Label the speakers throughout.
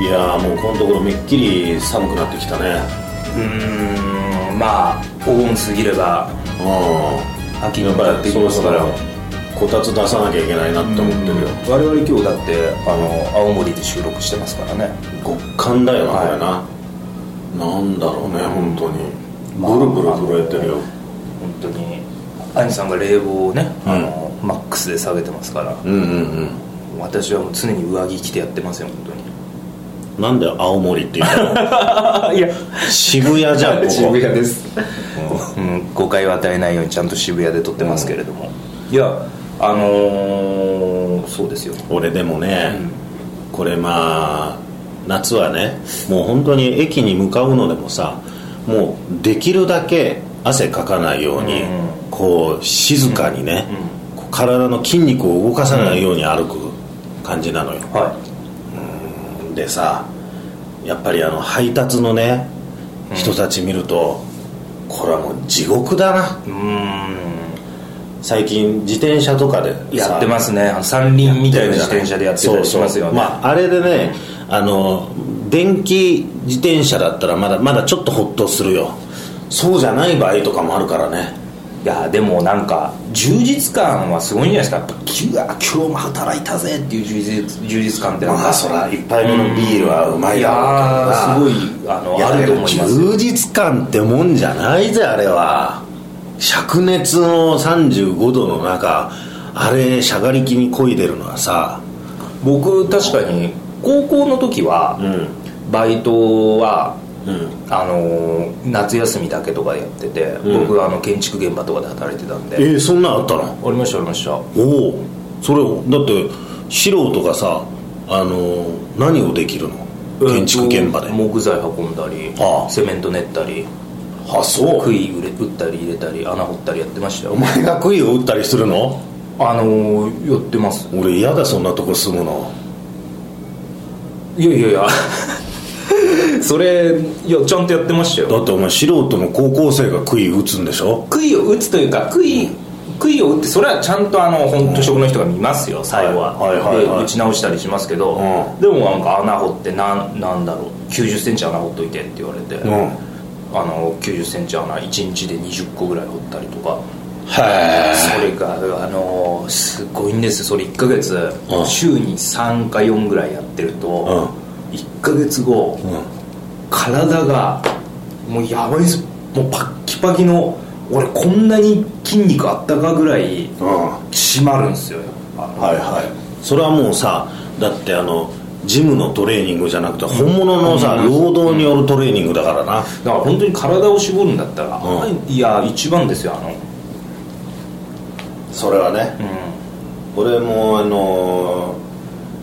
Speaker 1: いやーもうこのところめっきり寒くなってきたね
Speaker 2: うーんまあお盆過ぎれば
Speaker 1: うん
Speaker 2: 秋に向かっていき
Speaker 1: そろ
Speaker 2: ます
Speaker 1: そ
Speaker 2: から
Speaker 1: ろこたつ出さなきゃいけないなって思ってるよ
Speaker 2: 我々今日だってあの青森で収録してますからね
Speaker 1: 極寒だよな
Speaker 2: はい
Speaker 1: これな、なんだろうね本当に
Speaker 2: まあ
Speaker 1: ブルブル震えてるよ
Speaker 2: 本当に兄さんが冷房をね、
Speaker 1: うん
Speaker 2: あのマックスで下げてますから
Speaker 1: うんうん
Speaker 2: 私はもう常に上着着てやってますよ本
Speaker 1: うんなんで青森って言った の
Speaker 2: 当にいや
Speaker 1: 渋谷じゃんここ
Speaker 2: 渋谷です、うん、誤解を与えないようにちゃんと渋谷で撮ってますけれども、いやあのーそうですよ
Speaker 1: 俺でもね、これまあ夏はねもう本当に駅に向かうのでもさもうできるだけ汗かかないように、
Speaker 2: うん
Speaker 1: こう静かにね、こう体の筋肉を動かさないように歩く感じなのよ、
Speaker 2: は
Speaker 1: でさやっぱりあの配達のね人たち見ると、これはもう地獄だない
Speaker 2: うん
Speaker 1: 最近自転車とかでさ
Speaker 2: やってますねあの三輪みたいな自転車でやってたりしますよ
Speaker 1: そうそう
Speaker 2: ね
Speaker 1: まああれでねあの電気自転車だったらまだまだちょっとホッとするよそうじゃない場合とかもあるからね
Speaker 2: いやでもなんか充実感はすごいんじゃないですかやっぱきうわ今日も働いたぜっていう充実充実感ってなんか
Speaker 1: まあそら一杯目のビールはうまいだろうから
Speaker 2: いやーすごいあの
Speaker 1: や
Speaker 2: あると思います
Speaker 1: 充実感ってもんじゃないぜあれは灼熱の35度の中あれしゃがりきに漕いでるのはさ
Speaker 2: 僕確かに高校の時は、
Speaker 1: ん
Speaker 2: バイトは
Speaker 1: うん
Speaker 2: あのー夏休みだけとかやってて、
Speaker 1: ん
Speaker 2: 僕はあの建築現場とかで働いてたん
Speaker 1: え
Speaker 2: で
Speaker 1: ーそんなんあったの
Speaker 2: おりましたおりました
Speaker 1: おおそれだって素人がさあのー何をできるの建築現場で、
Speaker 2: えーと木材運んだり
Speaker 1: ああ
Speaker 2: セメント練ったり
Speaker 1: あそう
Speaker 2: 杭打れ打ったり入れたり穴掘ったりやってましたよ
Speaker 1: お前が杭を打ったりするの
Speaker 2: あのー、やってます
Speaker 1: 俺嫌だそんなとこ住むの
Speaker 2: いやいやいや それいやちゃんとやってましたよ
Speaker 1: だってお前素人の高校生が杭打つんでしょ
Speaker 2: 杭を打つというか杭杭を打ってそれはちゃんとあの本当職の人が見ますよ最後は,、
Speaker 1: はいはいはいはい
Speaker 2: で打ち直したりしますけど、
Speaker 1: うん
Speaker 2: でもなんか穴掘ってなんなんだろう9 0センチ穴掘っといてって言われて、
Speaker 1: うん
Speaker 2: あの9 0センチ穴1日で20個ぐらい掘ったりとか
Speaker 1: は
Speaker 2: それがあのすごいんですよそれ1ヶ月、
Speaker 1: うん
Speaker 2: 週に3か4ぐらいやってると、1ヶ月後、
Speaker 1: ん
Speaker 2: 体がもうやばいですもうパッキパキの俺こんなに筋肉あったかぐらい
Speaker 1: うんは
Speaker 2: 締まるんですよやっぱ
Speaker 1: いはいそれはもうさだってあのジムのトレーニングじゃなくて本物のさ労働によるトレーニングだからな
Speaker 2: だから本当に体を絞るんだったら、
Speaker 1: うん
Speaker 2: いや一番ですよあの
Speaker 1: それはね俺もあのー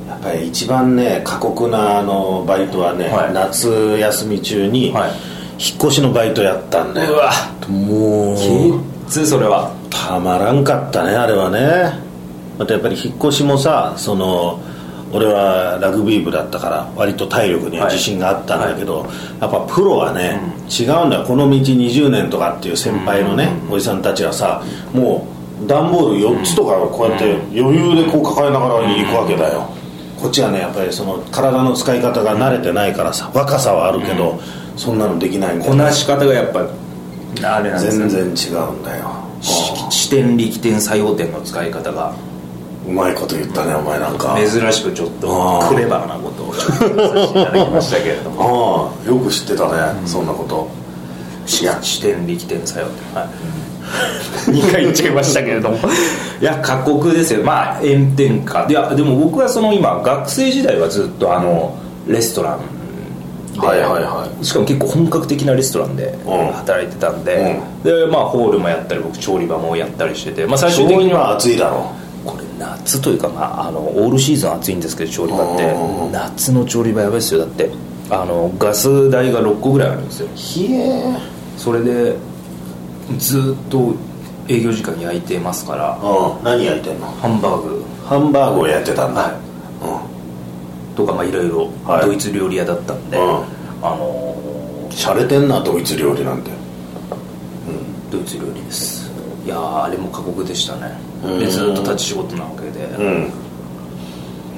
Speaker 1: やっぱり一番ね過酷なあのバイトはね、
Speaker 2: はい
Speaker 1: 夏休み中に
Speaker 2: はい
Speaker 1: 引っ越しのバイトやったんだよ、
Speaker 2: うわ
Speaker 1: もう
Speaker 2: きついそれは
Speaker 1: たまらんかったねあれはねまたやっぱり引っ越しもさその俺はラグビー部だったから割と体力には自信があったんだけど、やっぱプロはね、違うんだよこの道20年とかっていう先輩のね、おじさんたちはさもう段ボール4つとかをこうやって余裕でこう抱えながら行くわけだよ、こっちはねやっぱりその体の使い方が慣れてないからさ若さはあるけど、そんなのできないんだよ
Speaker 2: こなし方がやっぱあれなんですよ
Speaker 1: 全然違うんだよ
Speaker 2: し支点力点作用点の使い方が
Speaker 1: うまいこと言ったねお前なんか
Speaker 2: 珍しくちょっと
Speaker 1: あー
Speaker 2: クレバーなことをちょっと言わせていただきましたけれども
Speaker 1: ああよく知ってたね、そんなこと
Speaker 2: し支点力点作用点はい2回言っちゃいましたけれどもいや過酷ですよまあ炎天下いやでも僕はその今学生時代はずっとあのレストランで
Speaker 1: はいはいはい
Speaker 2: しかも結構本格的なレストランで
Speaker 1: うん
Speaker 2: 働いてたんで、でまあホールもやったり僕調理場もやったりしてて、まあ、最終
Speaker 1: 正
Speaker 2: 的に
Speaker 1: に
Speaker 2: は
Speaker 1: は暑いだろ
Speaker 2: これ夏というか、まあ、あのオールシーズン暑いんですけど調理場っ
Speaker 1: う
Speaker 2: て
Speaker 1: んうんうん
Speaker 2: 夏の調理場やばいですよだってあのガス代が6個ぐらいあるんですよ
Speaker 1: ひえ
Speaker 2: それでずっと営業時間焼いてますから
Speaker 1: うん何焼いてんの
Speaker 2: ハンバーグ
Speaker 1: ハンバーグを焼いてたんだ、
Speaker 2: はとかまあいろいろ
Speaker 1: はい
Speaker 2: ドイツ料理屋だったんで、
Speaker 1: うん
Speaker 2: あの
Speaker 1: うんしゃれてんなドイツ料理なんて
Speaker 2: ドイツ料理ですいやーあれも過酷でしたね
Speaker 1: うん
Speaker 2: でずっと立ち仕事なわけで、
Speaker 1: ん
Speaker 2: い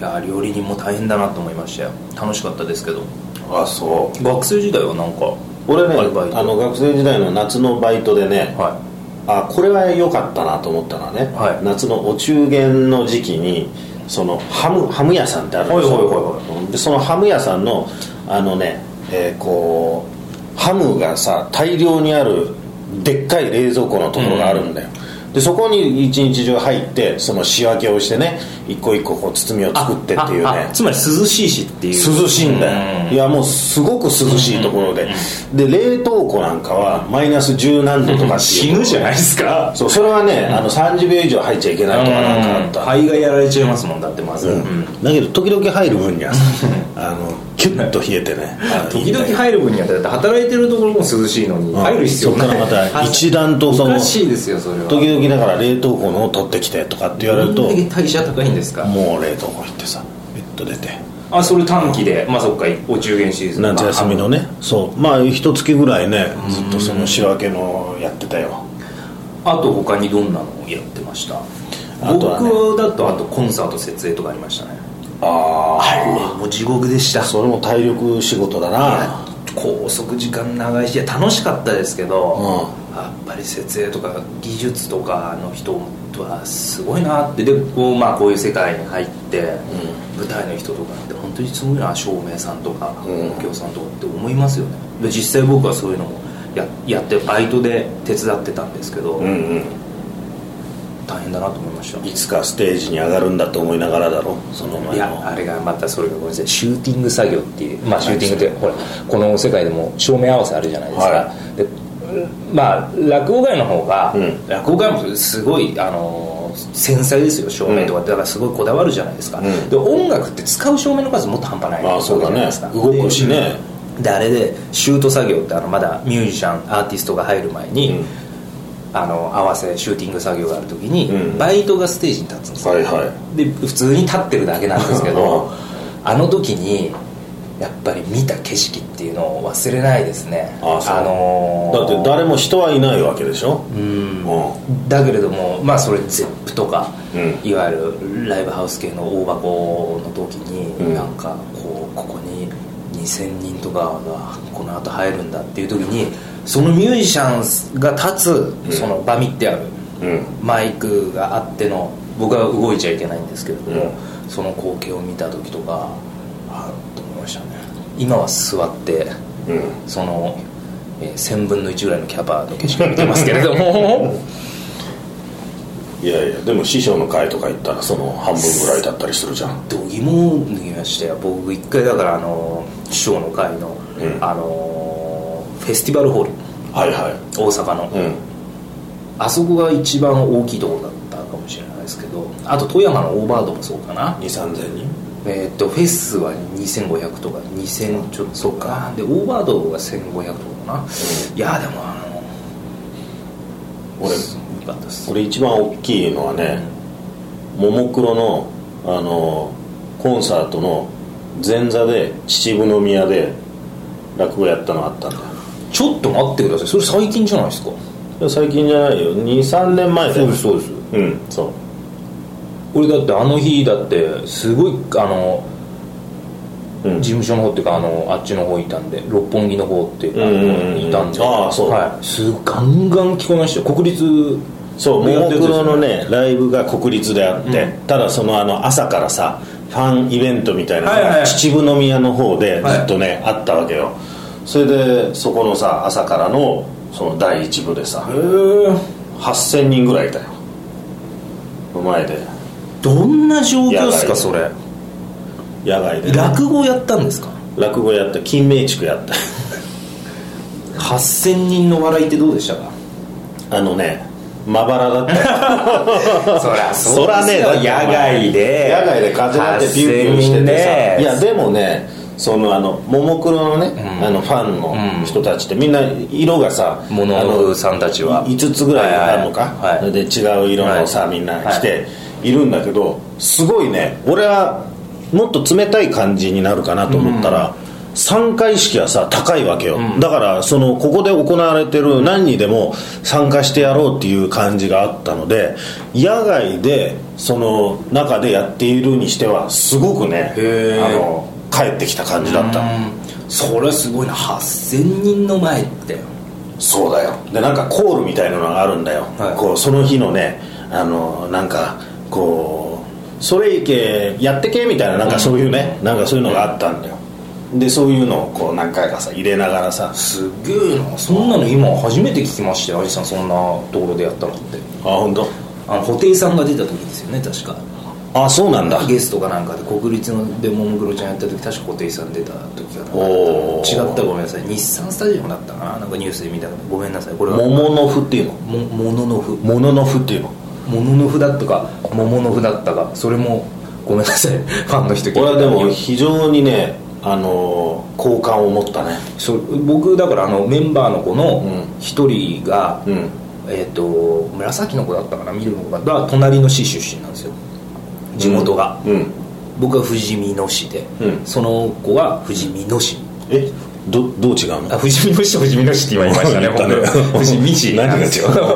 Speaker 2: や料理人も大変だなと思いましたよ楽しかったですけど
Speaker 1: あそ
Speaker 2: 学生時代はなんか
Speaker 1: 俺ね
Speaker 2: アルバイト
Speaker 1: あの学生時代の夏のバイトでね、
Speaker 2: は
Speaker 1: あこれは良かったなと思ったのはね、
Speaker 2: はい
Speaker 1: 夏のお中元の時期にそのハムハム屋さんってあるんですよ、
Speaker 2: はいはいはい
Speaker 1: でそのハム屋さんのあのね、えーこうハムがさ大量にあるでっかい冷蔵庫のところがあるんだよ、でそこに一日中入ってその仕分けをしてね一個一個こう包みを作ってっていう
Speaker 2: ああ
Speaker 1: ね
Speaker 2: あつまり涼しいしっていう
Speaker 1: 涼しいんだよいやもうすごく涼しいところでで冷凍庫なんかはマイナス10何度とかってい
Speaker 2: 死
Speaker 1: う
Speaker 2: ぬじゃないですか
Speaker 1: そうそれはね、あの30秒以上入っちゃいけないとかなんかあった、
Speaker 2: 肺がやられちゃいますもんだってまず、
Speaker 1: うん
Speaker 2: うん
Speaker 1: だけど時々入る分にはさあのキュッと冷えてね
Speaker 2: 時々入る分にはだって働いてるところも涼しいのに
Speaker 1: うん
Speaker 2: 入る必要
Speaker 1: そっ
Speaker 2: ない
Speaker 1: からまた一段とその
Speaker 2: おかしいですよそれは
Speaker 1: 時々だから冷凍庫のを取ってきてとかって言われると
Speaker 2: どんだけ代謝高いんですか
Speaker 1: もう冷凍庫行ってさベッド出て
Speaker 2: あそれ短期でまあそっかお中元シーズン
Speaker 1: 夏休みのねそうまあ一月ぐらいねずっとその仕分けのやってたよ
Speaker 2: あと他にどんなのをやってました
Speaker 1: あとはね
Speaker 2: 僕だとあとコンサート設営とかありましたね
Speaker 1: あ
Speaker 2: あれもう地獄でした
Speaker 1: それも体力仕事だな
Speaker 2: 拘束時間長いしいや楽しかったですけど、
Speaker 1: う
Speaker 2: やっぱり設営とか技術とかの人はすごいなってでこう,、まあ、こういう世界に入って、舞台の人とかって本当にすごいな照明さんとか
Speaker 1: うん
Speaker 2: 音響さんとかって思いますよねで実際僕はそういうのもややってバイトで手伝ってたんですけど、
Speaker 1: うんうん
Speaker 2: 大変だなと思いました
Speaker 1: いつかステージに上がるんだと思いながらだろその
Speaker 2: い
Speaker 1: 前の
Speaker 2: やあれがまたそれがごめんなさいシューティング作業っていうまあシューティングってほらこの世界でも照明合わせあるじゃないですか、
Speaker 1: は
Speaker 2: でまあ落語界の方が、
Speaker 1: うん
Speaker 2: 落語界もすごいあの繊細ですよ照明とかってだからすごいこだわるじゃないですか、
Speaker 1: うん
Speaker 2: で音楽って使う照明の数もっと半端ない
Speaker 1: まあそうだね
Speaker 2: わけじゃないですか
Speaker 1: 動くしね
Speaker 2: でであれでシュート作業ってあのまだミュージシャンアーティストが入る前に、
Speaker 1: うん
Speaker 2: あの合わせシューティング作業がある時に、
Speaker 1: うん
Speaker 2: バイトがステージに立つんですよ、
Speaker 1: はいはい
Speaker 2: で普通に立ってるだけなんですけ
Speaker 1: う
Speaker 2: ど
Speaker 1: ん
Speaker 2: あの時にやっぱり見た景色っていうのを忘れないですね
Speaker 1: あそう
Speaker 2: の
Speaker 1: だ
Speaker 2: ー
Speaker 1: って誰も人はいないわけでしょ
Speaker 2: うん
Speaker 1: う
Speaker 2: だけれどもまあそれゼップとか、
Speaker 1: う
Speaker 2: いわゆるライブハウス系の大箱の時に、
Speaker 1: うん
Speaker 2: なんかこうここに2000人とかがこの後入るんだっていう時にそのミュージシャンが立つその場みってある、
Speaker 1: んうん
Speaker 2: マイクがあっての僕は動いちゃいけないんですけれども、その光景を見た時とかあーと思いましたね今は座って
Speaker 1: うん
Speaker 2: その、えー1000分の1ぐらいのキャパの景色を見てますけれども
Speaker 1: いやいやでも師匠の会とか行ったらその半分ぐらいだったりするじゃん
Speaker 2: 度肝を抜きましたよ僕一回だからあの師匠の会の、
Speaker 1: うん
Speaker 2: あのフェスティバルホール
Speaker 1: はいはい
Speaker 2: 大阪の、
Speaker 1: うん
Speaker 2: あそこが一番大きいところだったかもしれないですけどあと富山のオーバードもそうかな
Speaker 1: 2 3 0 0人
Speaker 2: えーっとフェスは2500とか2000ちょっとそっかでオーバードが1500とかかな、いやでもあの
Speaker 1: 俺
Speaker 2: すごかったです
Speaker 1: 俺一番大きいのはねももクロのあのコンサートの前座で秩父宮で落語やったのあったんだよ
Speaker 2: ちょっと待ってくださいそれ最近じゃないですか
Speaker 1: いや最近じゃないよ23年前だよ
Speaker 2: そうです
Speaker 1: うんそう
Speaker 2: 俺だってあの日だってすごいあの
Speaker 1: うん
Speaker 2: 事務所の方っていうかあのあっちの方いたんで六本木の方っていうか、
Speaker 1: うんうんうん
Speaker 2: いたんで
Speaker 1: ああそう
Speaker 2: はい、すごいガンガン聞こえましたよ国立
Speaker 1: そう
Speaker 2: で
Speaker 1: もも
Speaker 2: やって
Speaker 1: ク
Speaker 2: るやつで
Speaker 1: ロ
Speaker 2: すよ
Speaker 1: のねライブが国立であって、ただそのあの朝からさファンイベントみたいなのが、
Speaker 2: はいはいはい
Speaker 1: 秩父宮の方でずっとね、あったわけよそれでそこのさ朝からのその第一部でさ8000人ぐらいいたよの前で
Speaker 2: どんな状況です
Speaker 1: やば
Speaker 2: か
Speaker 1: い
Speaker 2: それ
Speaker 1: 野外でね、
Speaker 2: 落語やったんですか
Speaker 1: 落語やった金明地区やった
Speaker 2: 8000人の笑いってどうでしたか
Speaker 1: あのねまばらだったよ
Speaker 2: そら
Speaker 1: そらねだって
Speaker 2: 野外で
Speaker 1: 野外で風だってビュービューしててさ
Speaker 2: 8000ね
Speaker 1: いやでもねそのあのももクロのね、
Speaker 2: ん
Speaker 1: あのファンの人たちってみんな色がさ、
Speaker 2: モノ
Speaker 1: あ
Speaker 2: ノ
Speaker 1: の
Speaker 2: フさんたちは
Speaker 1: 5つぐらいあるのか、
Speaker 2: はいはいはい
Speaker 1: で違う色のさ、
Speaker 2: は
Speaker 1: み
Speaker 2: い
Speaker 1: んな来ているんだけどすごいね俺はもっと冷たい感じになるかなと思ったら、参加意識はさ高いわけよ、だからそのここで行われてる何にでも参加してやろうっていう感じがあったので野外でその中でやっているにしてはすごくね
Speaker 2: へー
Speaker 1: あの帰ってきた感じだった
Speaker 2: うんそれすごいな8000人の前って
Speaker 1: そうだよでなんかコールみたいなのがあるんだよ、
Speaker 2: はい
Speaker 1: こうその日のねあのなんかこうそれいけやってけみたいななんかそういうね、なんかそういうのがあったんだよでそういうのをこう何回かさ入れながらさ
Speaker 2: すげえなそんなの今初めて聞きましたよアジさんそんなところでやったのって
Speaker 1: あ本当。
Speaker 2: あの布袋さんが出た時ですよね確か
Speaker 1: あそうなんだ
Speaker 2: ゲストかなんかで国立のでももクロちゃんやった時確か布袋さん出た時かな
Speaker 1: おー
Speaker 2: 違ったごめんなさい日産スタジアムだったかななんかニュースで見たからごめんなさいこれは
Speaker 1: 桃の符っていうの
Speaker 2: ももののふ
Speaker 1: モノノフっていうの
Speaker 2: もののふだったか桃のふだったかそれもごめんなさい ファンの人聞いて
Speaker 1: 俺
Speaker 2: た
Speaker 1: はでも非常にねあのー好感を持ったね
Speaker 2: そう僕だからあのメンバーの子
Speaker 1: う
Speaker 2: の
Speaker 1: ん
Speaker 2: 一人が、
Speaker 1: うん
Speaker 2: えっ、と紫の子だったかな緑の子がが隣の市出身なんですよ地元が、
Speaker 1: うん
Speaker 2: 僕は富士見野市で、
Speaker 1: うん
Speaker 2: その子は富士見野市
Speaker 1: えどどう違うの
Speaker 2: あ富士見野市と富士見野市って今言いましたね
Speaker 1: 言ったね
Speaker 2: 僕 富士見市なんですよ
Speaker 1: 何があ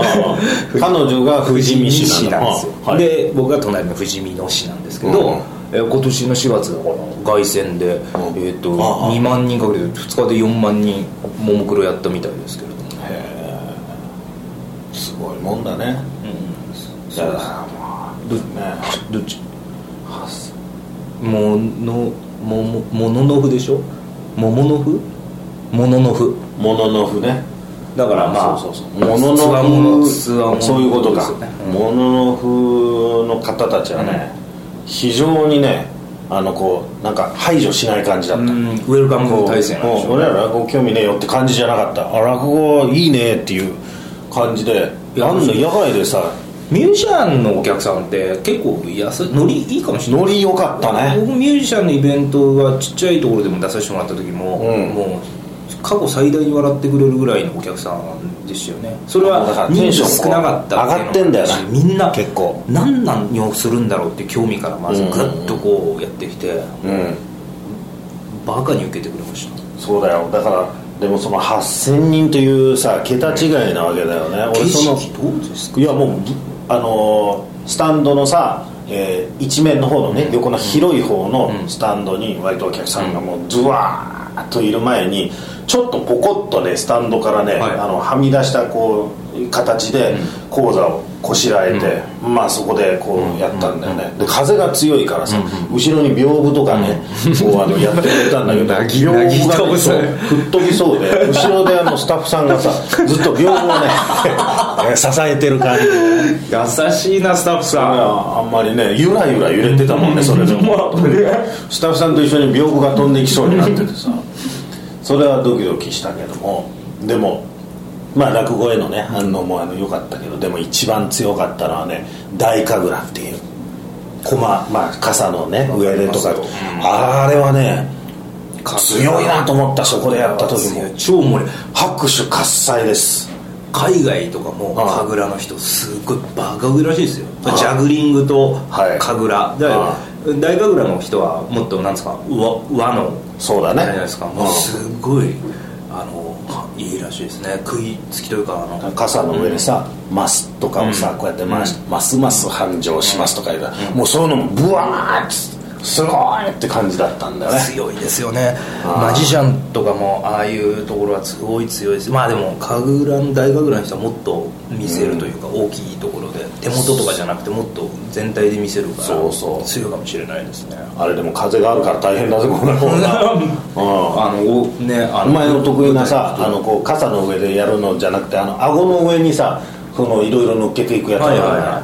Speaker 1: あ彼女が富士見市なんだ
Speaker 2: なんですよ、
Speaker 1: あはい
Speaker 2: で僕が隣の富士見野市なんですけど、
Speaker 1: うん
Speaker 2: えー今年の4月だから凱旋で、えー、と
Speaker 1: ああ
Speaker 2: 2万人かけて2日で4万人ももクロやったみたいですけれども、
Speaker 1: すごいもんだねだからまあ
Speaker 2: ど
Speaker 1: ね
Speaker 2: どっちものもももののふでしょもものふもののふ
Speaker 1: もののふね
Speaker 2: だからまあ
Speaker 1: そうそうそうもの
Speaker 2: つわも
Speaker 1: の
Speaker 2: の
Speaker 1: ふ
Speaker 2: つわもの
Speaker 1: そういうこと
Speaker 2: で
Speaker 1: か
Speaker 2: すよねうん
Speaker 1: もののふの方たちはね非常にねあのこうなんか排除しない感じだっ
Speaker 2: う
Speaker 1: た
Speaker 2: んウェルカム体制なんでし
Speaker 1: もう
Speaker 2: ょ
Speaker 1: 俺ら落語興味ねえよって感じじゃなかったあ落語いいねっていう感じであん
Speaker 2: や
Speaker 1: の野外でさ
Speaker 2: ミュージシャンのお客さんって結構安いノリいいかもしれな
Speaker 1: ノ
Speaker 2: い
Speaker 1: リ良かったね
Speaker 2: 僕ミュージシャンのイベントはちっちゃいところでも出させてもらった時も、
Speaker 1: うん
Speaker 2: もう過去最大に笑ってくれるぐらいのお客さんでしたよねそれ
Speaker 1: だから
Speaker 2: は
Speaker 1: テ
Speaker 2: 人
Speaker 1: ンション
Speaker 2: 数少なかった
Speaker 1: 上がってんだよな
Speaker 2: みんな
Speaker 1: 結構
Speaker 2: 何なんをするんだろうっていう興味からまず
Speaker 1: う
Speaker 2: グ
Speaker 1: ん
Speaker 2: ッとこうやってきて、
Speaker 1: うん
Speaker 2: バカに受けてくれました
Speaker 1: そうだよだからでもその8000人というさ桁違いなわけだよね俺
Speaker 2: 景
Speaker 1: その
Speaker 2: 色どうですか
Speaker 1: いやもうあのースタンドのさ、えー一面の方のね、横の広い方のスタンドに割とお客さんがもうズワーッといる前にちょっとポコッとねスタンドからね、
Speaker 2: はい
Speaker 1: あのはみ出したこう形で講座をこしらえて、まあそこでこうやったんだよね、で風が強いからさ、後ろに屏風とかね、こうあのやってくれたんだけど
Speaker 2: なぎ
Speaker 1: 屏風がね
Speaker 2: なぎ倒す
Speaker 1: そう吹っ飛びそうで後ろであのスタッフさんがさずっと屏風をね 支えてる感じ
Speaker 2: 優しいなスタッフ
Speaker 1: あ
Speaker 2: さん
Speaker 1: あんまりねゆらゆら揺れてたもんねそれでも スタッフさんと一緒に屏風が飛んできそうになっててさそれはドキドキしたけどもでもまあ落語へのね反応もあの良かったけどでも一番強かったのはね大神楽っていう駒まあ傘のね上でとか
Speaker 2: わかります
Speaker 1: あれはね強いなと思ったそこでやった時も
Speaker 2: 超盛り
Speaker 1: 拍手喝采です
Speaker 2: 海外とかも
Speaker 1: はい
Speaker 2: 神楽の人すごいバカ売らしいですよジャグリングと
Speaker 1: はい
Speaker 2: 神楽、だから
Speaker 1: は
Speaker 2: 大神楽の人はもっとなんですか和和の
Speaker 1: そうだ
Speaker 2: あれ
Speaker 1: ね
Speaker 2: じゃないですかもうすごいあのいいらしいですね食いつきというかあの
Speaker 1: 傘の上でさ、マスとかをさ、
Speaker 2: うん
Speaker 1: こうやって回して、ますます繁盛しますとか言うから、もうそういうのもブワーッてすごいって感じだったんだよね
Speaker 2: 強いですよね
Speaker 1: あー
Speaker 2: マジシャンとかもああいうところはすごい強いですまあでも神楽の大神楽の人はもっと見せるというか、大きいところで手元とかじゃなくてもっと全体で見せるから
Speaker 1: そうそう
Speaker 2: 強いかもしれないですね
Speaker 1: あれでも風があるから大変だぜこんなこん なうん
Speaker 2: あのおねあ
Speaker 1: お前の得意なさあのこう傘の上でやるのじゃなくてあの顎の上にさそのいろいろ乗っけていくやつあるよね、
Speaker 2: はいはいはい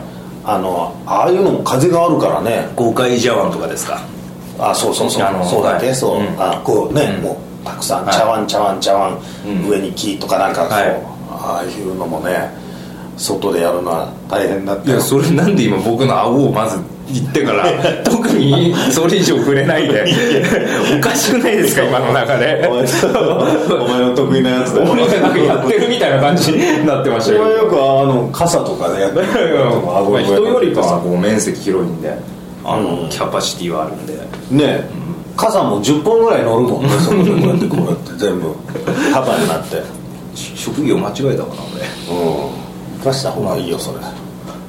Speaker 1: あのああいうのも風があるからね
Speaker 2: 豪快茶碗とかですか
Speaker 1: あそうそうそう
Speaker 2: あの
Speaker 1: そうだっけ、
Speaker 2: はい
Speaker 1: そう、
Speaker 2: うん
Speaker 1: あこうね、
Speaker 2: うん
Speaker 1: もうたくさん
Speaker 2: はい
Speaker 1: 茶碗茶碗茶碗、
Speaker 2: うん
Speaker 1: 上に木とかなんかそう、
Speaker 2: はい
Speaker 1: ああいうのもね外でやるのは大変だった
Speaker 2: い
Speaker 1: よ
Speaker 2: やそれなんで今僕の顎をまず言ってから 特にそれ以上触れないでおかしくないですか今の中 で
Speaker 1: お前お前の得意なやつだよ
Speaker 2: 俺がなんかやってるみたいな感じになってまし
Speaker 1: そ
Speaker 2: た
Speaker 1: れ
Speaker 2: けど
Speaker 1: はよくあの傘とかでやってるとか顎
Speaker 2: まあ人よりか
Speaker 1: さ
Speaker 2: はこう面積広いんであ
Speaker 1: う
Speaker 2: の
Speaker 1: ん
Speaker 2: キャパシティはあるんで
Speaker 1: ね、傘も10本ぐらい乗るもんねそこでこうやってこうやって全部束になって
Speaker 2: し職業間違えたかな俺
Speaker 1: うん出した方がいいよそれ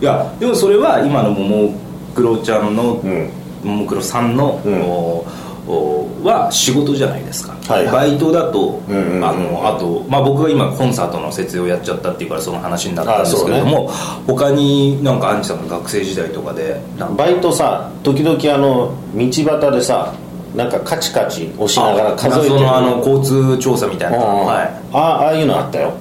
Speaker 2: いやでもそれは今のももクロちゃんの、
Speaker 1: ん
Speaker 2: ももクロさんの、
Speaker 1: うん
Speaker 2: おおは仕事じゃないですか、
Speaker 1: はいはい
Speaker 2: バイトだと、
Speaker 1: うんうんうん
Speaker 2: あのあと、まあ、僕が今コンサートの設営をやっちゃったっていうからその話になったんですけれども、他になんかアンジさんが学生時代とかでなんか
Speaker 1: バイトさ時々あの道端でさなんかカチカチ押しながら数えて
Speaker 2: 謎
Speaker 1: る
Speaker 2: のあの交通調査みたいな、
Speaker 1: うんうん
Speaker 2: はい、
Speaker 1: あああいうのあったよ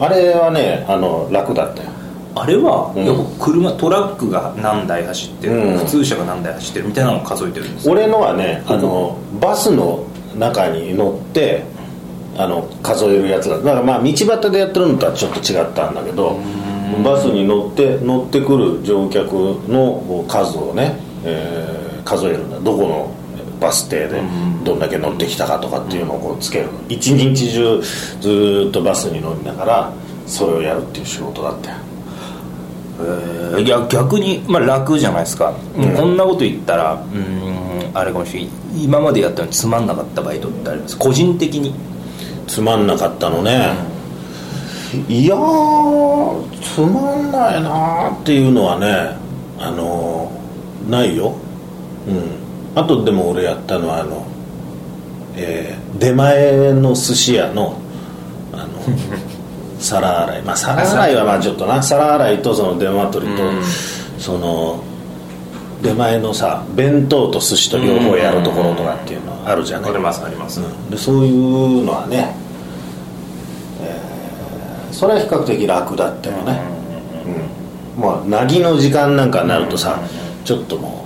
Speaker 1: あれはねあの楽だったよ
Speaker 2: あれは、
Speaker 1: うん
Speaker 2: やっぱ車トラックが何台走ってる、
Speaker 1: うん
Speaker 2: 普通車が何台走ってるみたいなのを数えてるんですよ
Speaker 1: 俺のはねあのバスの中に乗ってあの数えるやつだだからまあ道端でやってるのとはちょっと違ったんだけどバスに乗って乗ってくる乗客の数をね、えー数えるんだどこのバス停でどんだけ乗ってきたかとかっていうのをこうつける一日中ずーっとバスに乗りながらそれをやるっていう仕事だったよ
Speaker 2: えーいや逆に、まあ、楽じゃないですか、こんなこと言ったらうーんあれかもしれない今までやったのにつまんなかったバイトってあります個人的に
Speaker 1: つまんなかったのね、いやーつまんないなーっていうのはねあのーないようんあとでも俺やったのはあの、えー出前の寿司屋のあ の皿洗いまあ皿洗いはまあちょっとな皿洗いとその電話取りと、
Speaker 2: うん
Speaker 1: その出前のさ弁当と寿司と両方やるところとかっていうのあるじゃない、
Speaker 2: ありますあります、
Speaker 1: でそういうのはね、えーそれは比較的楽だったよね、うんまあなぎの時間なんかになるとさ、ちょっとも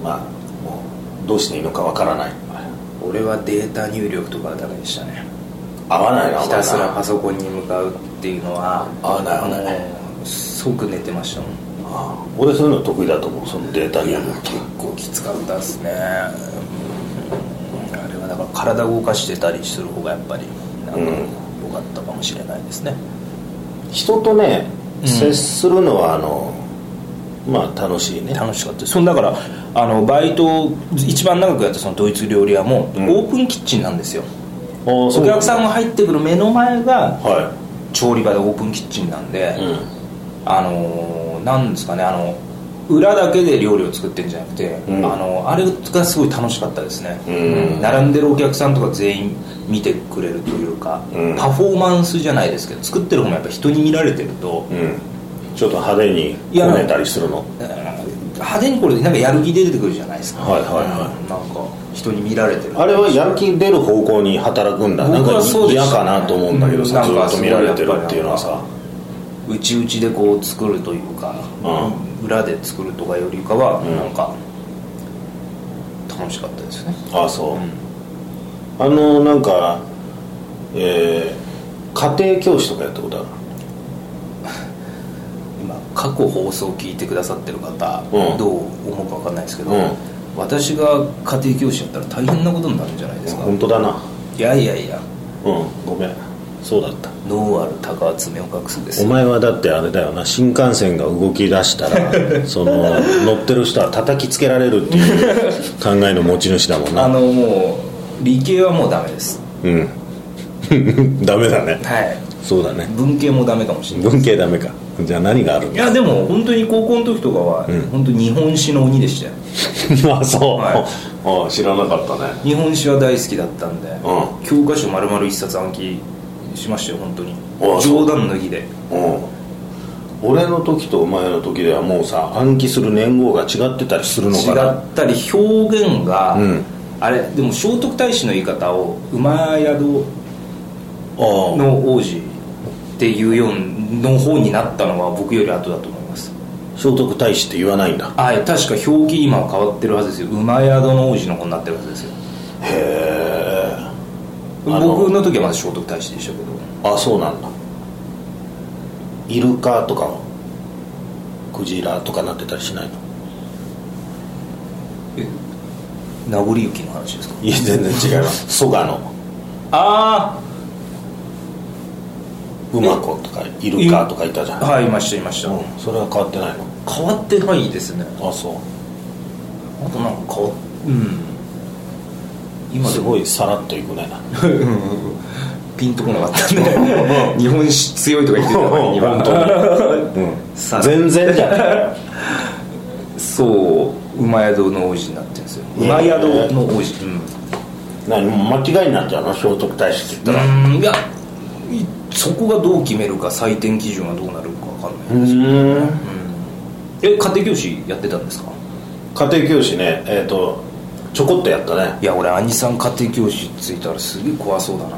Speaker 1: うまあもうどうしていいのかわからない
Speaker 2: 俺はデータ入力とかはダメでしたね
Speaker 1: 合わないな
Speaker 2: ひたす
Speaker 1: 合わ
Speaker 2: ら
Speaker 1: ない
Speaker 2: パソコンに向かうっていうのは
Speaker 1: 合わない合わない
Speaker 2: もう即寝てましたもん
Speaker 1: あー俺そういうの得意だと思うそのデータ入力
Speaker 2: 結構きつかったですねうんあれはだから体動かしてたりする方がやっぱりなんか
Speaker 1: うん
Speaker 2: 良かったかもしれないですね、
Speaker 1: 人とね、
Speaker 2: うん
Speaker 1: 接するのはあのまあ楽しいね
Speaker 2: 楽しかったですそのだからあのバイトを一番長くやったそのドイツ料理屋も、
Speaker 1: うん
Speaker 2: オープンキッチンなんですよ
Speaker 1: お
Speaker 2: お客さんが入ってくる目の前が
Speaker 1: は
Speaker 2: 調理場でオープンキッチンなんで、
Speaker 1: い、うん、
Speaker 2: あのーなんですかねあの裏だけで料理を作ってんじゃなくて、
Speaker 1: うん
Speaker 2: あのあれがすごい楽しかったですね、
Speaker 1: うん
Speaker 2: 並んでるお客さんとか全員見てくれるというか、
Speaker 1: うん
Speaker 2: パフォーマンスじゃないですけど作ってる方もやっぱ人に見られてると、
Speaker 1: うん、ちょっと派手に
Speaker 2: いや
Speaker 1: こねたりするの
Speaker 2: だから派手にこれなんかやる気出てくるじゃないですか、
Speaker 1: はいはいはい
Speaker 2: うんなんか人に見られてる
Speaker 1: あれはやる気出る方向に働くんだなん
Speaker 2: 僕
Speaker 1: か
Speaker 2: はそうでし
Speaker 1: 嫌
Speaker 2: た
Speaker 1: かなと思うんだけどさ、
Speaker 2: うんなんか
Speaker 1: ずっと見られてるっていうのはさ
Speaker 2: うちうちでこう作るというか、
Speaker 1: う
Speaker 2: 裏で作るとかよりかは
Speaker 1: うん
Speaker 2: なんか楽しかったですね、
Speaker 1: ああそう、あのなんかえー家庭教師とかやったことある
Speaker 2: 今過去放送を聞いてくださってる方、
Speaker 1: うん
Speaker 2: どう思うか分かんないですけど、
Speaker 1: うん
Speaker 2: 私が家庭教師やったら大変なことになるんじゃないですか、
Speaker 1: 本当だな
Speaker 2: いやいやいや
Speaker 1: うんごめんそうだった
Speaker 2: 脳ある鷹は爪を隠すです
Speaker 1: お
Speaker 2: よ
Speaker 1: 前はだってあれだよな新幹線が動き出した らその乗ってる人は叩きつけられるっていう考えの持ち主だもん
Speaker 2: あ
Speaker 1: な
Speaker 2: のもう理系はもうダメです
Speaker 1: うん ダメだね
Speaker 2: はい
Speaker 1: そうだね
Speaker 2: 文系もダメかもしれない
Speaker 1: 文系ダメかじゃあ何があるん
Speaker 2: い
Speaker 1: だ
Speaker 2: やでも本当に高校の時とかは、
Speaker 1: ん
Speaker 2: 本当に日本史の鬼でしたよ
Speaker 1: まあそう、
Speaker 2: は
Speaker 1: ああ知らなかったね
Speaker 2: 日本史は大好きだったんで、
Speaker 1: う
Speaker 2: 教科書丸々一冊暗記しましたよ本当に
Speaker 1: ああそう
Speaker 2: 冗談脱ぎで
Speaker 1: うん俺の時とお前の時ではもうさ暗記する年号が違ってたりするの
Speaker 2: 違
Speaker 1: かな
Speaker 2: ったり表現が、
Speaker 1: うん
Speaker 2: あれでも聖徳太子の言い方を「馬宿
Speaker 1: あ
Speaker 2: の王子」っていうようの方になったのは僕より後だと思います
Speaker 1: あ聖徳太子って言わないんだ
Speaker 2: あい確か表記今は変わってるはずですよ馬宿の王子の子になってるはずですよ
Speaker 1: へえあの
Speaker 2: 僕の時はまだ聖徳太子でしたけど
Speaker 1: あそうなんだイルカとかはクジラとかなってたりしないの
Speaker 2: え名残雪の話ですか
Speaker 1: いや全然違います蘇我の
Speaker 2: あ
Speaker 1: 馬子とかイルカとかいたじゃん、
Speaker 2: あはいいましたいました、
Speaker 1: うん、それは変わってないの
Speaker 2: 変わってないですね
Speaker 1: あそう
Speaker 2: あとなんか変わうん今ですも
Speaker 1: ごいさらっといくね
Speaker 2: ピンとこなかった んで日本史強いとか言ってた割に は
Speaker 1: 本当に、
Speaker 2: さあ
Speaker 1: 全然じゃない
Speaker 2: そう馬宿の王子になってるんですよ
Speaker 1: えー
Speaker 2: 馬宿の王子、うん
Speaker 1: 何もう間違いになっちゃうの聖徳太子って言ったら
Speaker 2: うんいやいそこがどう決めるか採点基準はどうなるかわかんない、
Speaker 1: うん
Speaker 2: え家庭教師やってたんですか
Speaker 1: 家庭教師ねえっ、とちょこっとやったね
Speaker 2: いや俺兄さん家庭教師ついたらすげえ怖そうだな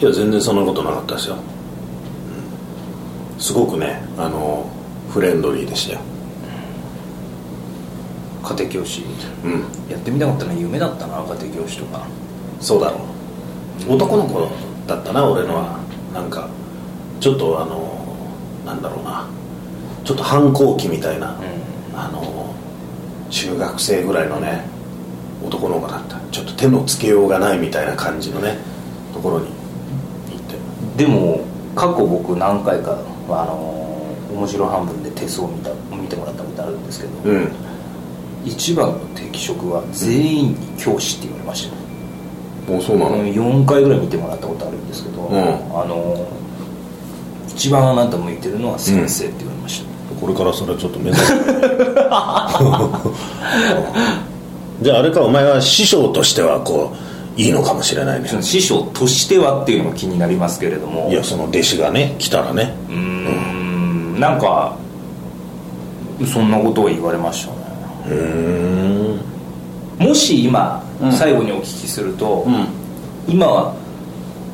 Speaker 2: い
Speaker 1: や全然そんなことなかったですよすごくねあのフレンドリーでしたよ
Speaker 2: 家庭教師
Speaker 1: うん
Speaker 2: やってみたかったの夢だったな家庭教師とか
Speaker 1: そうだろう男の子だったな俺のはなんかちょっとあのなんだろうなちょっと反抗期みたいな、あの中学生ぐらいのね男の子だったちょっと手のつけようがないみたいな感じのねところに行って
Speaker 2: でも過去僕何回かあのー面白半分で手相見た見てもらったことあるんですけど、
Speaker 1: うん
Speaker 2: 一番の適職は全員に教師って言われましたね
Speaker 1: もうそうな
Speaker 2: 4回ぐらい見てもらったことあるんですけど、
Speaker 1: うん
Speaker 2: あの一番あなた向いてるのは先生って言われました、
Speaker 1: これからそれはちょっと目指す じゃああれかお前は師匠としてはこういいのかもしれないね
Speaker 2: その師匠としてはっていうのも気になりますけれども
Speaker 1: いやその弟子がね来たらね
Speaker 2: うーんなんかそんなことを言われましたね
Speaker 1: うん
Speaker 2: もし今、
Speaker 1: うん
Speaker 2: 最後にお聞きすると、
Speaker 1: うん
Speaker 2: 今は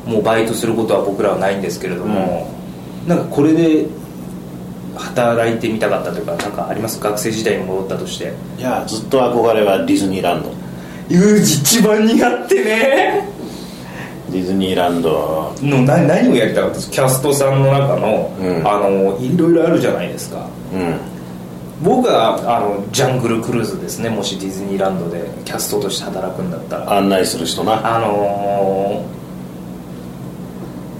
Speaker 2: もうバイトすることは僕らはないんですけれども、なんかこれで働いてみたかったというかなんかあります学生時代に戻ったとして
Speaker 1: いやずっと憧れはディズニーランド
Speaker 2: ユージ一番苦手ね
Speaker 1: ディズニーランド
Speaker 2: のな何をやりたかったですキャストさんの中の、
Speaker 1: うん
Speaker 2: あのいろいろあるじゃないですか
Speaker 1: うん
Speaker 2: 僕はあのジャングルクルーズですねもしディズニーランドでキャストとして働くんだったら
Speaker 1: 案内する人な
Speaker 2: あのー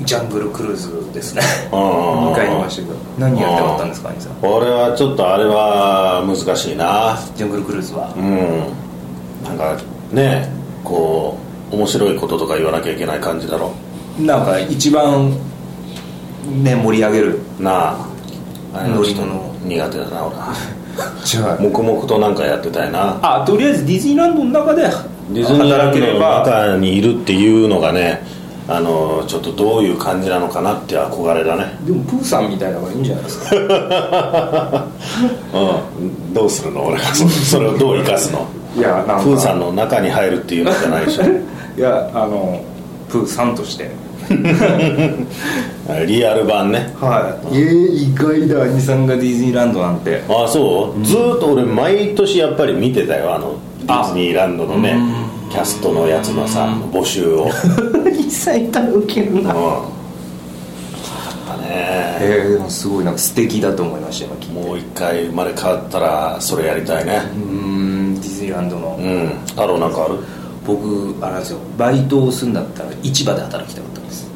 Speaker 2: ジャングルクルーズですね
Speaker 1: うんうんうん
Speaker 2: 2回言いましたけど何やりたかったんですか兄さん
Speaker 1: 俺はちょっとあれは難しいな
Speaker 2: ジャングルクルーズは
Speaker 1: うんなんかねこう面白いこととか言わなきゃいけない感じだろ
Speaker 2: なんか一番ね盛り上げる
Speaker 1: なああれの人
Speaker 2: 乗り物
Speaker 1: 苦手だな俺は
Speaker 2: じゃ
Speaker 1: 黙々となんかやってたいな
Speaker 2: あとりあえずディズニーランドの中で
Speaker 1: ディズニーラ
Speaker 2: 働
Speaker 1: ン
Speaker 2: け
Speaker 1: ド
Speaker 2: れ
Speaker 1: の
Speaker 2: ば
Speaker 1: 中にいるっていうのがねあのちょっとどういう感じなのかなって憧れだね
Speaker 2: でもプーさんみたいなのがいいんじゃないですか
Speaker 1: うんどうするの俺がそそれをどう生かすの
Speaker 2: いやなんか
Speaker 1: プーさんの中に入るっていうのじゃないでしょ
Speaker 2: いやあのプーさんとして
Speaker 1: リアル版ね
Speaker 2: はいえ意外だ兄さんがディズニーランドなん て
Speaker 1: ああそう、ずーっと俺毎年やっぱり見てたよあのディズニーランドのねキャストのやつのさ募集 を
Speaker 2: 一切多分受けるな
Speaker 1: うんあったね
Speaker 2: えー、でもすごいなんか素敵だと思いました今聞いて
Speaker 1: もう一回生まれ変わったらそれやりたいね
Speaker 2: うーんディズニーランドの
Speaker 1: うん太郎なんかある
Speaker 2: 僕あれなんですよバイトをするんだったら市場で働きたかったんです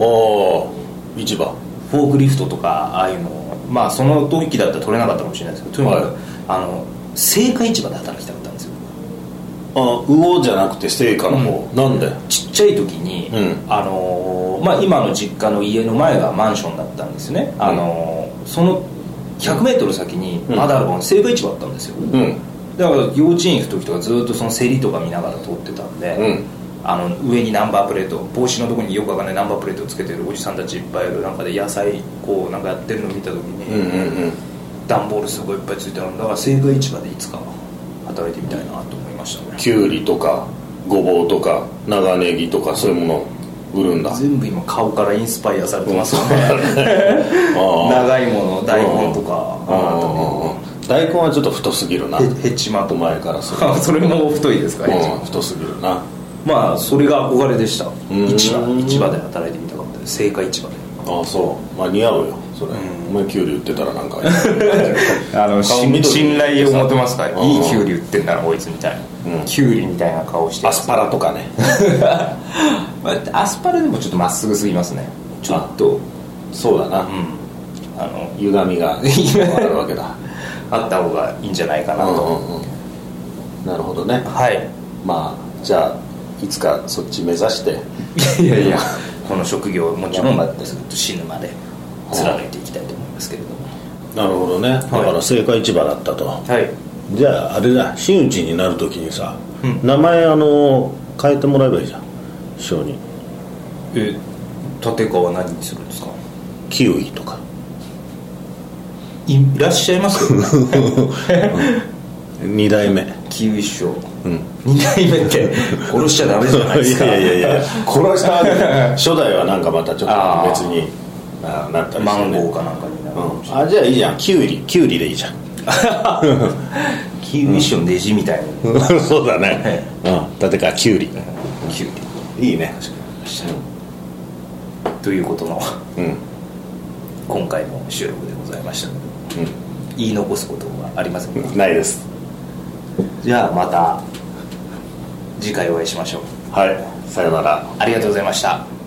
Speaker 1: おお市場
Speaker 2: フォークリフトとかああいうのをまあその時だったら取れなかったかもしれないですけどとにかく、
Speaker 1: はい
Speaker 2: あの青果市場で働きたかったんですよ
Speaker 1: あ魚じゃなくて成果の方、なんで
Speaker 2: ちっちゃい時に、
Speaker 1: う
Speaker 2: あのーまあ、今の実家の家の前がマンションだったんですね、あのーその 100m 先に
Speaker 1: うん
Speaker 2: まだあの青果市場あったんですよ、
Speaker 1: うん
Speaker 2: だから幼稚園行く時とかずっとその競りとか見ながら通ってたんで、
Speaker 1: うん
Speaker 2: あの上にナンバープレート帽子のとこによくわかんないナンバープレートをつけてるおじさんたちいっぱいいる中で野菜こうなんかやってるの見た時
Speaker 1: うんうん
Speaker 2: に、
Speaker 1: うん
Speaker 2: 段ボールすごいいっぱいついてあるんだから青果市場でいつか働いてみたいなと思いましたね
Speaker 1: きゅうりとかごぼうとか長ネギとかそういうもの売るんだ
Speaker 2: 全部今顔からインスパイアされてますよね、
Speaker 1: あ
Speaker 2: 長いもの大根とか
Speaker 1: あ大根はちょっと太すぎるな
Speaker 2: ヘチマ
Speaker 1: お
Speaker 2: とか
Speaker 1: 前からすると
Speaker 2: あそれも太いですかヘチ
Speaker 1: うん
Speaker 2: マ
Speaker 1: 太すぎるな
Speaker 2: まあそれが憧れでした
Speaker 1: ん
Speaker 2: 市場市場で働いてみたかったです青果市場で
Speaker 1: ああそうまあ似合うよそれお前きゅうり売ってたらなん か
Speaker 2: あの
Speaker 1: 顔
Speaker 2: 信
Speaker 1: 緑
Speaker 2: 信頼を持てますから
Speaker 1: うん
Speaker 2: いいキュウリ売ってんならこいつみたいな、
Speaker 1: うん
Speaker 2: キュウリみたいな顔して
Speaker 1: アスパラとかね
Speaker 2: ラアスパラでもちょっとまっすぐすぎますねちょっと
Speaker 1: そうだな
Speaker 2: あの
Speaker 1: 歪みがあるわけだ
Speaker 2: あった方がいいんじゃないかな
Speaker 1: うん
Speaker 2: と、
Speaker 1: うんうんなるほどね
Speaker 2: はい
Speaker 1: まじゃあいつかそっち目指して
Speaker 2: いや いやこの職業をもちろ
Speaker 1: 頑張
Speaker 2: ん
Speaker 1: って
Speaker 2: ずっと死ぬまで貫いていきたいと思いますけれども
Speaker 1: なるほどねだから青果市場だったと、
Speaker 2: はい
Speaker 1: じゃああれだ真打ちになるときにさ、
Speaker 2: うん
Speaker 1: 名前あの変えてもらえばいいじゃん師匠に
Speaker 2: え立川何にするんですか
Speaker 1: キウイとか
Speaker 2: いらっしゃいます
Speaker 1: 2代目
Speaker 2: キウイ師匠
Speaker 1: うん
Speaker 2: 2代目って殺しちゃダメじゃ ないですか
Speaker 1: いやいやいやいや殺した初代はなんかまたちょっ
Speaker 2: あ
Speaker 1: と
Speaker 2: ー
Speaker 1: 別にあーなったりし
Speaker 2: マ
Speaker 1: て
Speaker 2: ン
Speaker 1: ね
Speaker 2: ゴーかなんかになるかもしれ
Speaker 1: う、
Speaker 2: なんい
Speaker 1: あじゃあいいじゃんキュウリキュウリでいいじゃん
Speaker 2: キウイ師匠の弟子みたいな
Speaker 1: そうだね、うん立川キュウリ
Speaker 2: キウイ
Speaker 1: いいね
Speaker 2: ということの
Speaker 1: うんうん
Speaker 2: 今回の収録でございましたので言い残すことはありませんか
Speaker 1: ないです
Speaker 2: じゃあまた次回お会いしましょう
Speaker 1: はいさよなら
Speaker 2: ありがとうございました